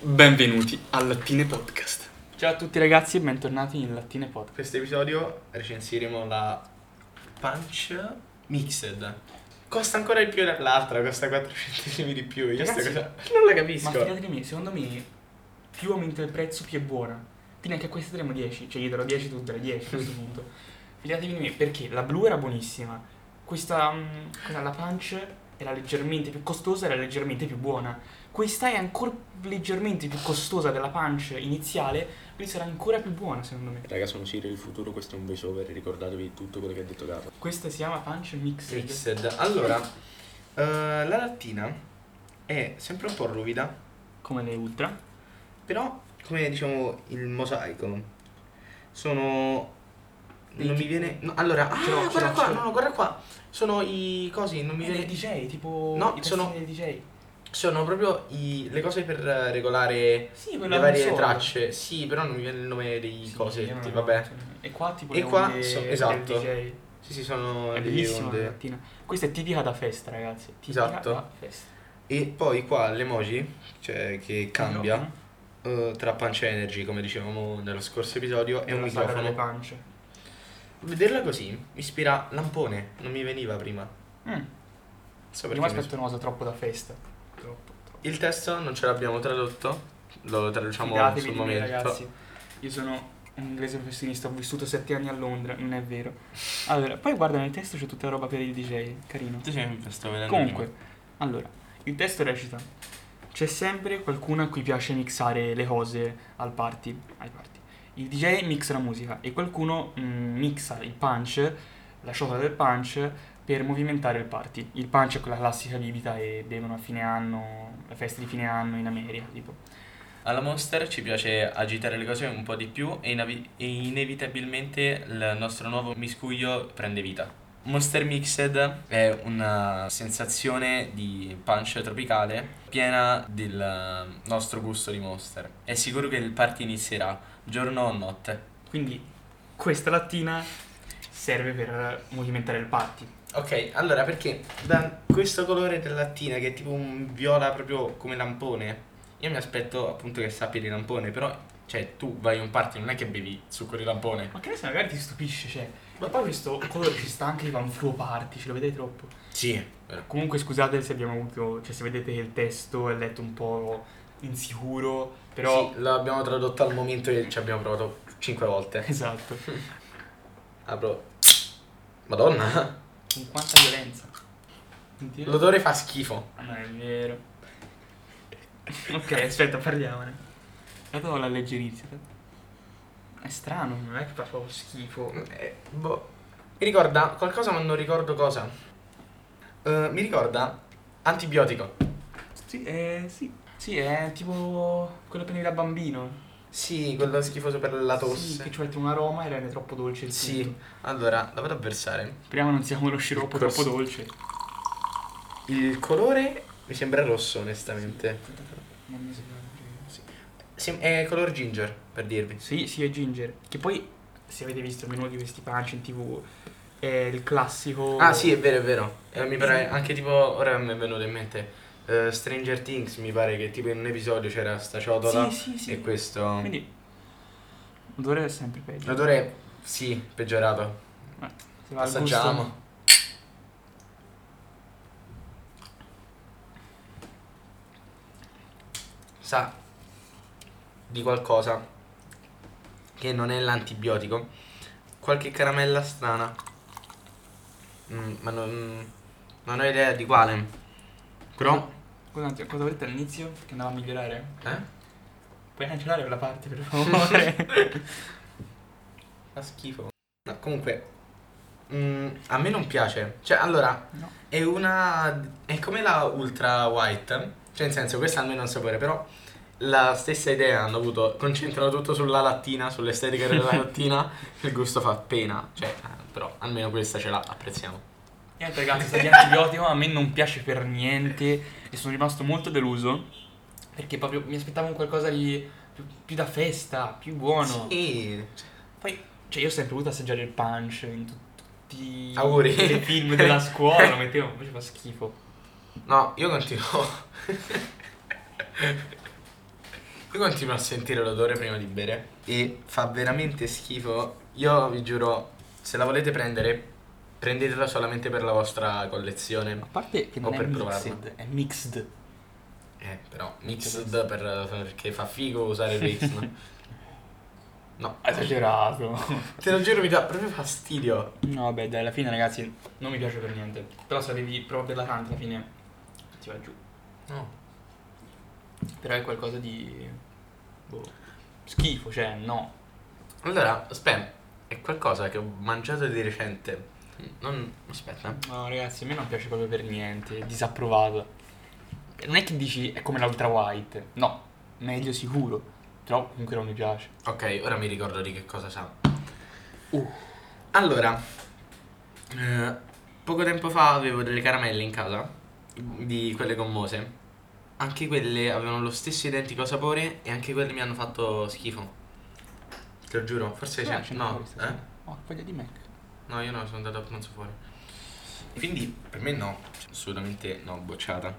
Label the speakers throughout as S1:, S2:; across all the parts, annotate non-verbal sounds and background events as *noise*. S1: Benvenuti al Lattine Podcast.
S2: Ciao a tutti ragazzi e bentornati in Lattine Podcast.
S3: questo episodio recensiremo la Punch Mixed. Costa ancora di più la- l'altra, costa 4 centesimi di più. Io sta
S2: Ragazzi,
S3: cosa non la
S2: Ma
S3: capisco.
S2: fidati di me, secondo me più aumenta il prezzo più è buona. Quindi anche a queste daremo 10, cioè gli darò 10 tutte le 10 a *laughs* questo punto. Fidatevi di me perché la blu era buonissima, questa, mm, quella la punch era leggermente più costosa, era leggermente più buona. Questa è ancora leggermente più costosa della punch iniziale, quindi sarà ancora più buona secondo me.
S4: Raga, sono Ciro del futuro, questo è un voiceover, ricordatevi di tutto quello che ha detto Carlo.
S2: Questa si chiama punch mixed.
S3: Mixed. Allora, eh, la lattina è sempre un po' ruvida,
S2: Come le ultra.
S3: però come diciamo il mosaico sono non mi viene no, allora ah,
S2: Ce l'ho, ce
S3: guarda
S2: l'ho,
S3: qua,
S2: ce l'ho.
S3: no, no, guarda qua. Sono i cosi, non mi
S2: Come le
S3: viene
S2: DJ, tipo
S3: No,
S2: i
S3: sono-
S2: sono... dei DJ.
S3: Sono proprio i- le cose per eh, regolare
S2: Sì,
S3: le
S2: quella
S3: varie
S2: console.
S3: tracce. Sì, però non mi viene il nome dei
S2: Sì, io non
S3: cosetti,
S2: lo
S3: vabbè.
S2: faccio. E qua tipo
S3: E
S2: le
S3: qua
S2: onde
S3: so-
S2: del
S3: esatto.
S2: DJ.
S3: Sì, sì, sono
S2: È eh.
S3: le
S2: bellissima
S3: onde.
S2: la mattina. Questa è tipica da festa, ragazzi. Tipica
S3: Esatto.
S2: da festa.
S3: E poi qua l'emoji, cioè che cambia
S2: Allora,
S3: eh, tra pancia e energy, come dicevamo nello scorso episodio, e un
S2: nella sagra delle
S3: microfono.
S2: pance.
S3: Vederla così mi ispira lampone, non mi veniva prima. Non
S2: Mm.
S3: so
S2: Io mi
S3: perché mi-
S2: aspetto una cosa troppo da festa. Troppo, troppo.
S3: Il testo non ce l'abbiamo tradotto, lo traduciamo
S2: Fidatevi
S3: sul
S2: di me,
S3: momento.
S2: ragazzi. Io sono un inglese professionista, ho vissuto sette anni a Londra, non è vero. Allora, poi guarda nel testo c'è tutta la roba per il DJ, carino.
S3: sto vedendo
S2: Comunque, allora, il testo recita: C'è sempre qualcuno a cui piace mixare le cose al party, ai party. Il DJ mixa la musica e qualcuno mm, mixa il punch, la ciotola del punch, per movimentare il party. Il punch è quella classica bibita e bevono a fine anno, le feste di fine anno in America, tipo.
S5: Alla Monster ci piace agitare le cose un po' di più e, inavi- e inevitabilmente il nostro nuovo miscuglio prende vita. Monster Mixed è una sensazione di punch tropicale piena del nostro gusto di Monster. È sicuro che il party inizierà, giorno o notte.
S2: Quindi questa lattina serve per movimentare il party.
S3: Ok, allora perché da questo colore della lattina che è tipo un viola proprio come lampone, io mi aspetto appunto che sappia di lampone, però cioè tu vai in un party, non è che bevi succo di lampone.
S2: Ma che ne sai, magari ti stupisce, cioè. Ma poi questo colore ci sta anche i panfluo party, ce lo vedete troppo.
S3: Sì.
S2: Comunque scusate se abbiamo avuto, cioè se vedete che il testo è letto un po' insicuro, però...
S3: Però l'abbiamo tradotto al momento e ci abbiamo provato 5 volte.
S2: *laughs* Esatto,
S3: Apro. Madonna.
S2: con quanta violenza. Sentite?
S3: L'odore fa schifo.
S2: Non è vero. Ok, aspetta, parliamone. Dato la leggerizia. È strano, non è che fa proprio schifo.
S3: Eh, boh. Mi ricorda qualcosa ma non ricordo cosa. Eh, mi ricorda antibiotico.
S2: Sì, eh, sì. Sì, è tipo quello prendi da bambino.
S3: Sì, quello schifoso per la
S2: Sì,
S3: tosse.
S2: che ci mette un aroma e rende troppo dolce il
S3: Sì,
S2: tutto.
S3: allora la vado a versare.
S2: Speriamo non siamo lo sciroppo
S3: Cos-
S2: troppo dolce.
S3: Il colore mi sembra rosso, onestamente.
S2: Non mi sembra.
S3: Sem- è color ginger, per dirvi.
S2: Sì, sì, è Ginger. Che poi, se avete visto il menù di questi punch in tv, è il classico.
S3: Ah, sì, è vero, è vero. Eh, mi pare anche tipo, ora mi è venuto in mente eh, Stranger Things, mi pare che tipo in un episodio c'era sta ciotola
S2: Sì, sì, sì.
S3: e questo
S2: Quindi, l'odore è sempre peggio.
S3: l'odore sì, peggiorato.
S2: Eh, se va al gusto-
S3: Assaggiamo. Sa di qualcosa che non è l'antibiotico. Qualche caramella strana. Mm, ma non, non ho idea di quale. Però.
S2: Scusate, cosa avete all'inizio? Che andava a migliorare?
S3: Eh?
S2: Puoi cancellare quella parte,
S3: *laughs*
S2: per favore?
S3: Fa schifo. No, comunque. mm, a me non piace. Cioè, allora,
S2: no.
S3: È una. È come la Ultra White. Cioè, in senso, questa almeno è un sapore, però. La stessa idea hanno avuto. Concentrano tutto sulla lattina,
S2: *laughs*
S3: sull'estetica della lattina. Il gusto fa pena. Cioè, eh, però, almeno questa ce la apprezziamo.
S2: *laughs* Niente, ragazzi, sta di antibiotico a me non piace per niente e sono rimasto molto deluso. Perché proprio mi aspettavo un qualcosa di più, più da festa, più buono.
S3: Sì.
S2: Poi, cioè, io ho sempre voluto assaggiare il punch in tut- tutti
S3: Auguri.
S2: i film della scuola. Lo mettevo, invece fa schifo.
S3: No, io continuo. *laughs* Io continuo a sentire l'odore prima di bere e fa veramente schifo. Io vi giuro, se la volete prendere, prendetela solamente per la vostra collezione.
S2: A parte che
S3: O
S2: non è
S3: per
S2: mixed,
S3: provarla.
S2: è mixed.
S3: Eh, però, mixed per- perché fa figo usare il mix, no? No,
S2: Ah, Esagerato.
S3: te lo giuro mi dà proprio fastidio.
S2: No, vabbè, dai, alla fine, ragazzi, non mi piace per niente. Però se avevi proprio la tanti, alla fine ti va giù.
S3: No.
S2: Però è qualcosa di. Boh. Schifo, cioè, no.
S3: Allora, aspetta, è qualcosa che ho mangiato di recente. Non... aspetta.
S2: No, ragazzi, a me non piace proprio per niente. È disapprovato. Non è che dici è come l'ultra white. No, meglio sicuro. Però comunque non mi piace.
S3: Ok, ora mi ricordo di che cosa sa.
S2: Uh.
S3: Allora, eh, poco tempo fa avevo delle caramelle in casa, di quelle gommose. Anche quelle avevano lo stesso identico sapore e anche quelle mi hanno fatto schifo. Te lo giuro, forse
S2: Sì,
S3: c'è.
S2: ce n'è
S3: No,
S2: questa, sì.
S3: eh?
S2: Oh, voglia di Mac.
S3: no, io no, sono andato a pranzo fuori. Quindi per me no, cioè, assolutamente no, bocciata.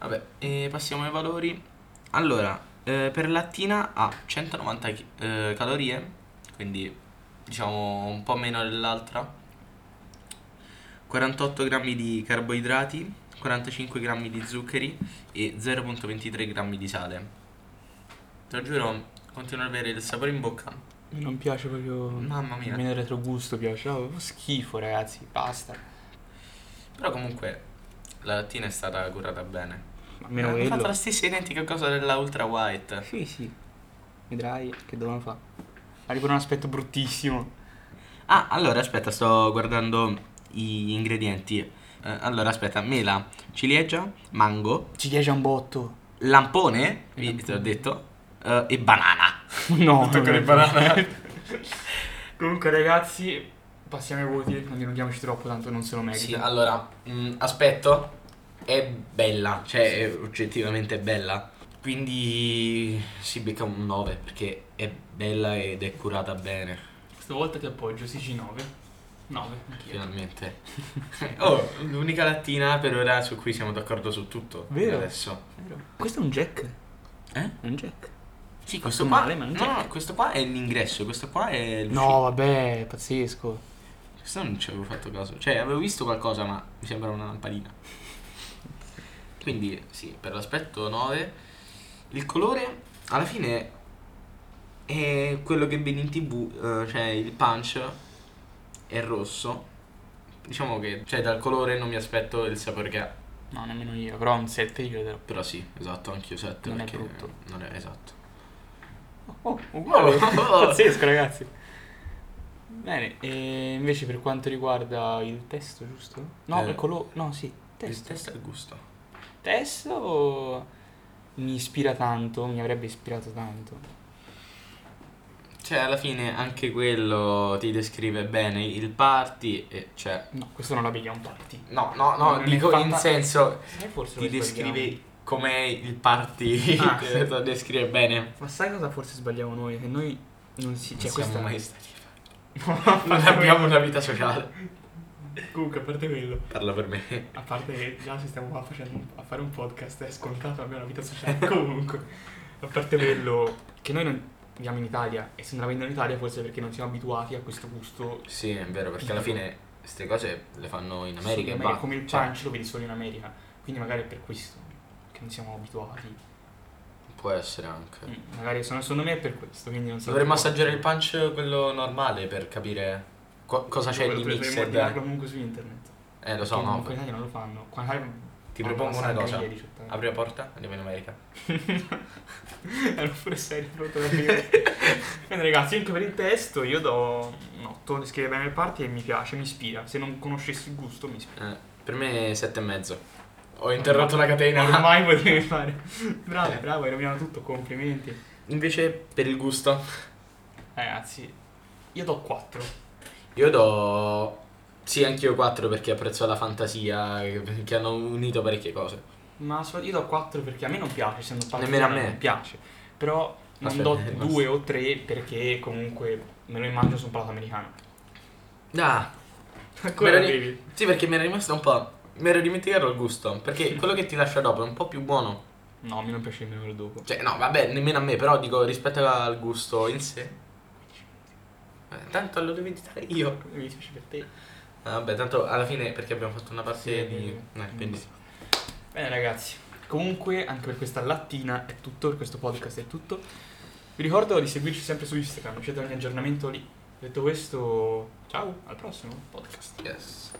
S3: Vabbè, e passiamo ai valori. Allora, eh, per lattina ha 190 chi- eh, calorie, quindi diciamo un po' meno dell'altra. 48 grammi di carboidrati, 45 grammi di zuccheri e 0.23 grammi di sale. Te lo giuro, continuo ad avere il sapore in bocca.
S2: Mi non piace proprio.
S3: Mamma mia.
S2: Meno il retrogusto piace. No, proprio schifo, ragazzi. Basta.
S3: Però comunque la lattina è stata curata bene.
S2: Ma meno
S3: Hanno fatto la
S2: quello.
S3: stessa identica cosa della Ultra White.
S2: Eh, Sì, sì. Vedrai che dovevano fare. Arriva un aspetto bruttissimo.
S3: Ah, allora aspetta, sto guardando gli ingredienti. Eh, allora aspetta, mela, ciliegia, mango,
S2: Ci piace un botto. *laughs*
S3: lampone, vi vi te l'ho detto, eh, e banana.
S2: No,
S3: Tocca le
S2: vabbè. Comunque, ragazzi, passiamo ai voti. Non dilunghiamoci troppo, tanto non se lo merita.
S3: Sì, ah. allora, mh, aspetto, è bella, cioè è oggettivamente bella. Quindi si becca un 9 perché è bella ed è curata bene.
S2: Stavolta ti appoggio, CC9. 9,
S3: Finalmente. *laughs* oh, l'unica lattina per ora su cui siamo d'accordo su tutto.
S2: Vero.
S3: Adesso.
S2: Questo è un jack.
S3: Eh?
S2: È un jack.
S3: Sì, questo
S2: Fatto
S3: qua.
S2: male, ma non
S3: no,
S2: c'è.
S3: no, questo qua è l'ingresso, questo qua è l'uscita.
S2: No, vabbè, è pazzesco.
S3: Questo non ci avevo fatto caso. Cioè, avevo visto qualcosa, ma mi sembra una lampadina. Quindi, sì, per l'aspetto 9. Il colore, alla fine, è quello che vedi in tv, eh, cioè il punch è rosso. Diciamo che, cioè, dal colore non mi aspetto il sapore che ha.
S2: No, nemmeno io. Però un 7 io lo
S3: Però sì, esatto, anch'io 7
S2: Non è
S3: perché
S2: brutto.
S3: non è esatto.
S2: Oh, uguale. *laughs*
S3: Oh.
S2: pazzesco, ragazzi. Bene, e invece per quanto riguarda il testo, giusto? No,
S3: Eh.
S2: il colore. No, sì,
S3: Il
S2: testo.
S3: testo è il gusto.
S2: Testo mi ispira tanto, mi avrebbe ispirato tanto.
S3: Cioè, alla fine anche quello ti descrive bene il party e cioè
S2: No, questo non l'abbia un party.
S3: No,
S2: No,
S3: no, no,
S2: non è
S3: dico in
S2: fatta-
S3: senso
S2: Sai forse
S3: ti
S2: lo sbagliamo?
S3: descrive com'è il party, *laughs*
S2: Ah,
S3: te
S2: sì.
S3: lo descrive bene.
S2: Ma sai cosa forse sbagliamo noi? Che noi non si...
S3: Non
S2: Cioè, questa...
S3: siamo mai
S2: *laughs*
S3: stati. Non abbiamo una vita sociale.
S2: Comunque, a parte quello.
S3: Parla per me.
S2: A parte che già se stiamo qua facendo un- a fare un podcast è scontato abbiamo una vita sociale. *laughs* Comunque, a parte quello che noi non viviamo in Italia e se non la vendono in Italia forse perché non siamo abituati a questo gusto.
S3: Sì, è vero, perché alla fine queste cose le fanno in
S2: solo in
S3: America e
S2: America,
S3: basta.
S2: come il
S3: Cioè,
S2: punch lo vedi solo in America. Quindi magari è per questo che non siamo abituati.
S3: Può essere anche.
S2: Mm, Magari sono- secondo me è per questo, quindi non so.
S3: Dovremmo assaggiare il punch quello normale per capire co- cosa c'è di
S2: Dovremmo
S3: mixed.
S2: ordinarlo comunque su internet.
S3: Eh, lo so,
S2: Perché
S3: no.
S2: comunque in Italia non lo fanno. Qua in Italia
S3: Ti
S2: fanno
S3: propongo
S2: la
S3: una cosa.
S2: sangria a 18 anni.
S3: Apri la porta, andiamo in America.
S2: Ero pure serio, pronto da finire. Bene ragazzi, anche per il testo io do un 8, scrive bene il party e mi piace, mi ispira. Se non conoscessi il gusto mi ispira.
S3: Eh, per me è sette e mezzo. Ho interrotto la catena.
S2: Ormai potevi fare.
S3: Eh.
S2: Bravo, bravo, hai rovinato tutto, complimenti.
S3: *laughs* Invece, per il gusto,
S2: Ragazzi, io do 4.
S3: io do. Sì, anch'io 4 perché apprezzo la fantasia eh, che hanno unito parecchie cose.
S2: Ma so- io do 4 perché a me non piace, se non parlo
S3: Nemmeno a me.
S2: non piace. Però non
S3: Aspetta, eh, è rimasto.
S2: do 2 o 3 perché comunque me lo immagino su un palato americano.
S3: Ah,
S2: Ancora
S3: Veroni-
S2: bevi?
S3: sì, perché mi era rimasto un po'. Mi ero dimenticato il gusto. Perché quello che ti lascia dopo è un po' più buono.
S2: No, a me non piace nemmeno quello dopo.
S3: Cioè, no, vabbè, nemmeno a me, però dico rispetto al gusto in sé. Eh, Tanto lo devi editare io.
S2: Mi dispiace per te.
S3: Ah, Vabbè, tanto alla fine perché abbiamo fatto una parte
S2: Sì,
S3: di.
S2: sì.
S3: Eh, quindi sì.
S2: Bene ragazzi, comunque anche per questa lattina è tutto, per questo podcast è tutto. Vi ricordo di seguirci sempre su Instagram, c'è ogni aggiornamento lì. Detto questo, ciao, al prossimo podcast.
S3: Yes.